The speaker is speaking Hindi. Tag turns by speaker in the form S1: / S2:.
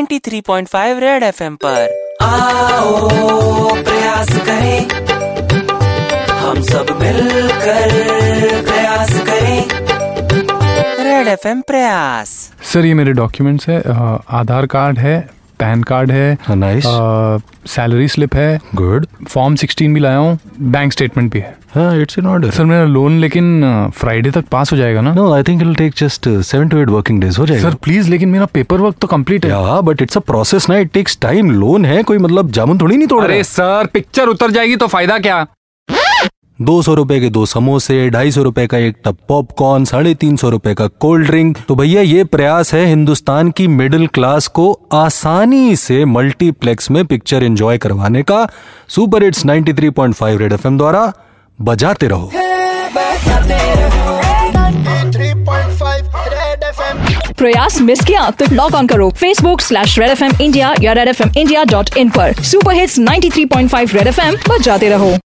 S1: 93.5 रेड एफएम पर
S2: आओ प्रयास करें हम सब मिलकर प्रयास करें
S1: रेड एफएम प्रयास
S3: सर ये मेरे डॉक्यूमेंट्स है अ, आधार कार्ड है पैन कार्ड है
S4: नाइस
S3: सैलरी स्लिप है
S4: गुड
S3: फॉर्म 16 भी लाया हूँ बैंक स्टेटमेंट भी है
S4: हाँ इट्स इन ऑर्डर
S3: सर मेरा लोन लेकिन फ्राइडे तक पास हो जाएगा ना
S4: no I think it take just seven to eight working days हो जाएगा
S3: सर प्लीज लेकिन मेरा पेपर वर्क तो कंप्लीट है
S4: या बट इट्स अ प्रोसेस ना इट टेक्स टाइम लोन है कोई मतलब जामुन थोड़ी नहीं तोड़ रहे
S3: सर पिक्चर उतर जाएगी तो फायदा क्या
S4: दो सौ रुपए के दो समोसे ढाई सौ रुपए का एक टब पॉपकॉर्न साढ़े तीन सौ रुपए का कोल्ड ड्रिंक तो भैया ये प्रयास है हिंदुस्तान की मिडिल क्लास को आसानी से मल्टीप्लेक्स में पिक्चर एंजॉय करवाने का सुपर हिट्स 93.5 रेड एफएम द्वारा बजाते रहो
S5: प्रयास मिस किया तो लॉग ऑन करो Facebook slash red F M India या red F M India dot in पर super hits 93.5 red F M पर जाते रहो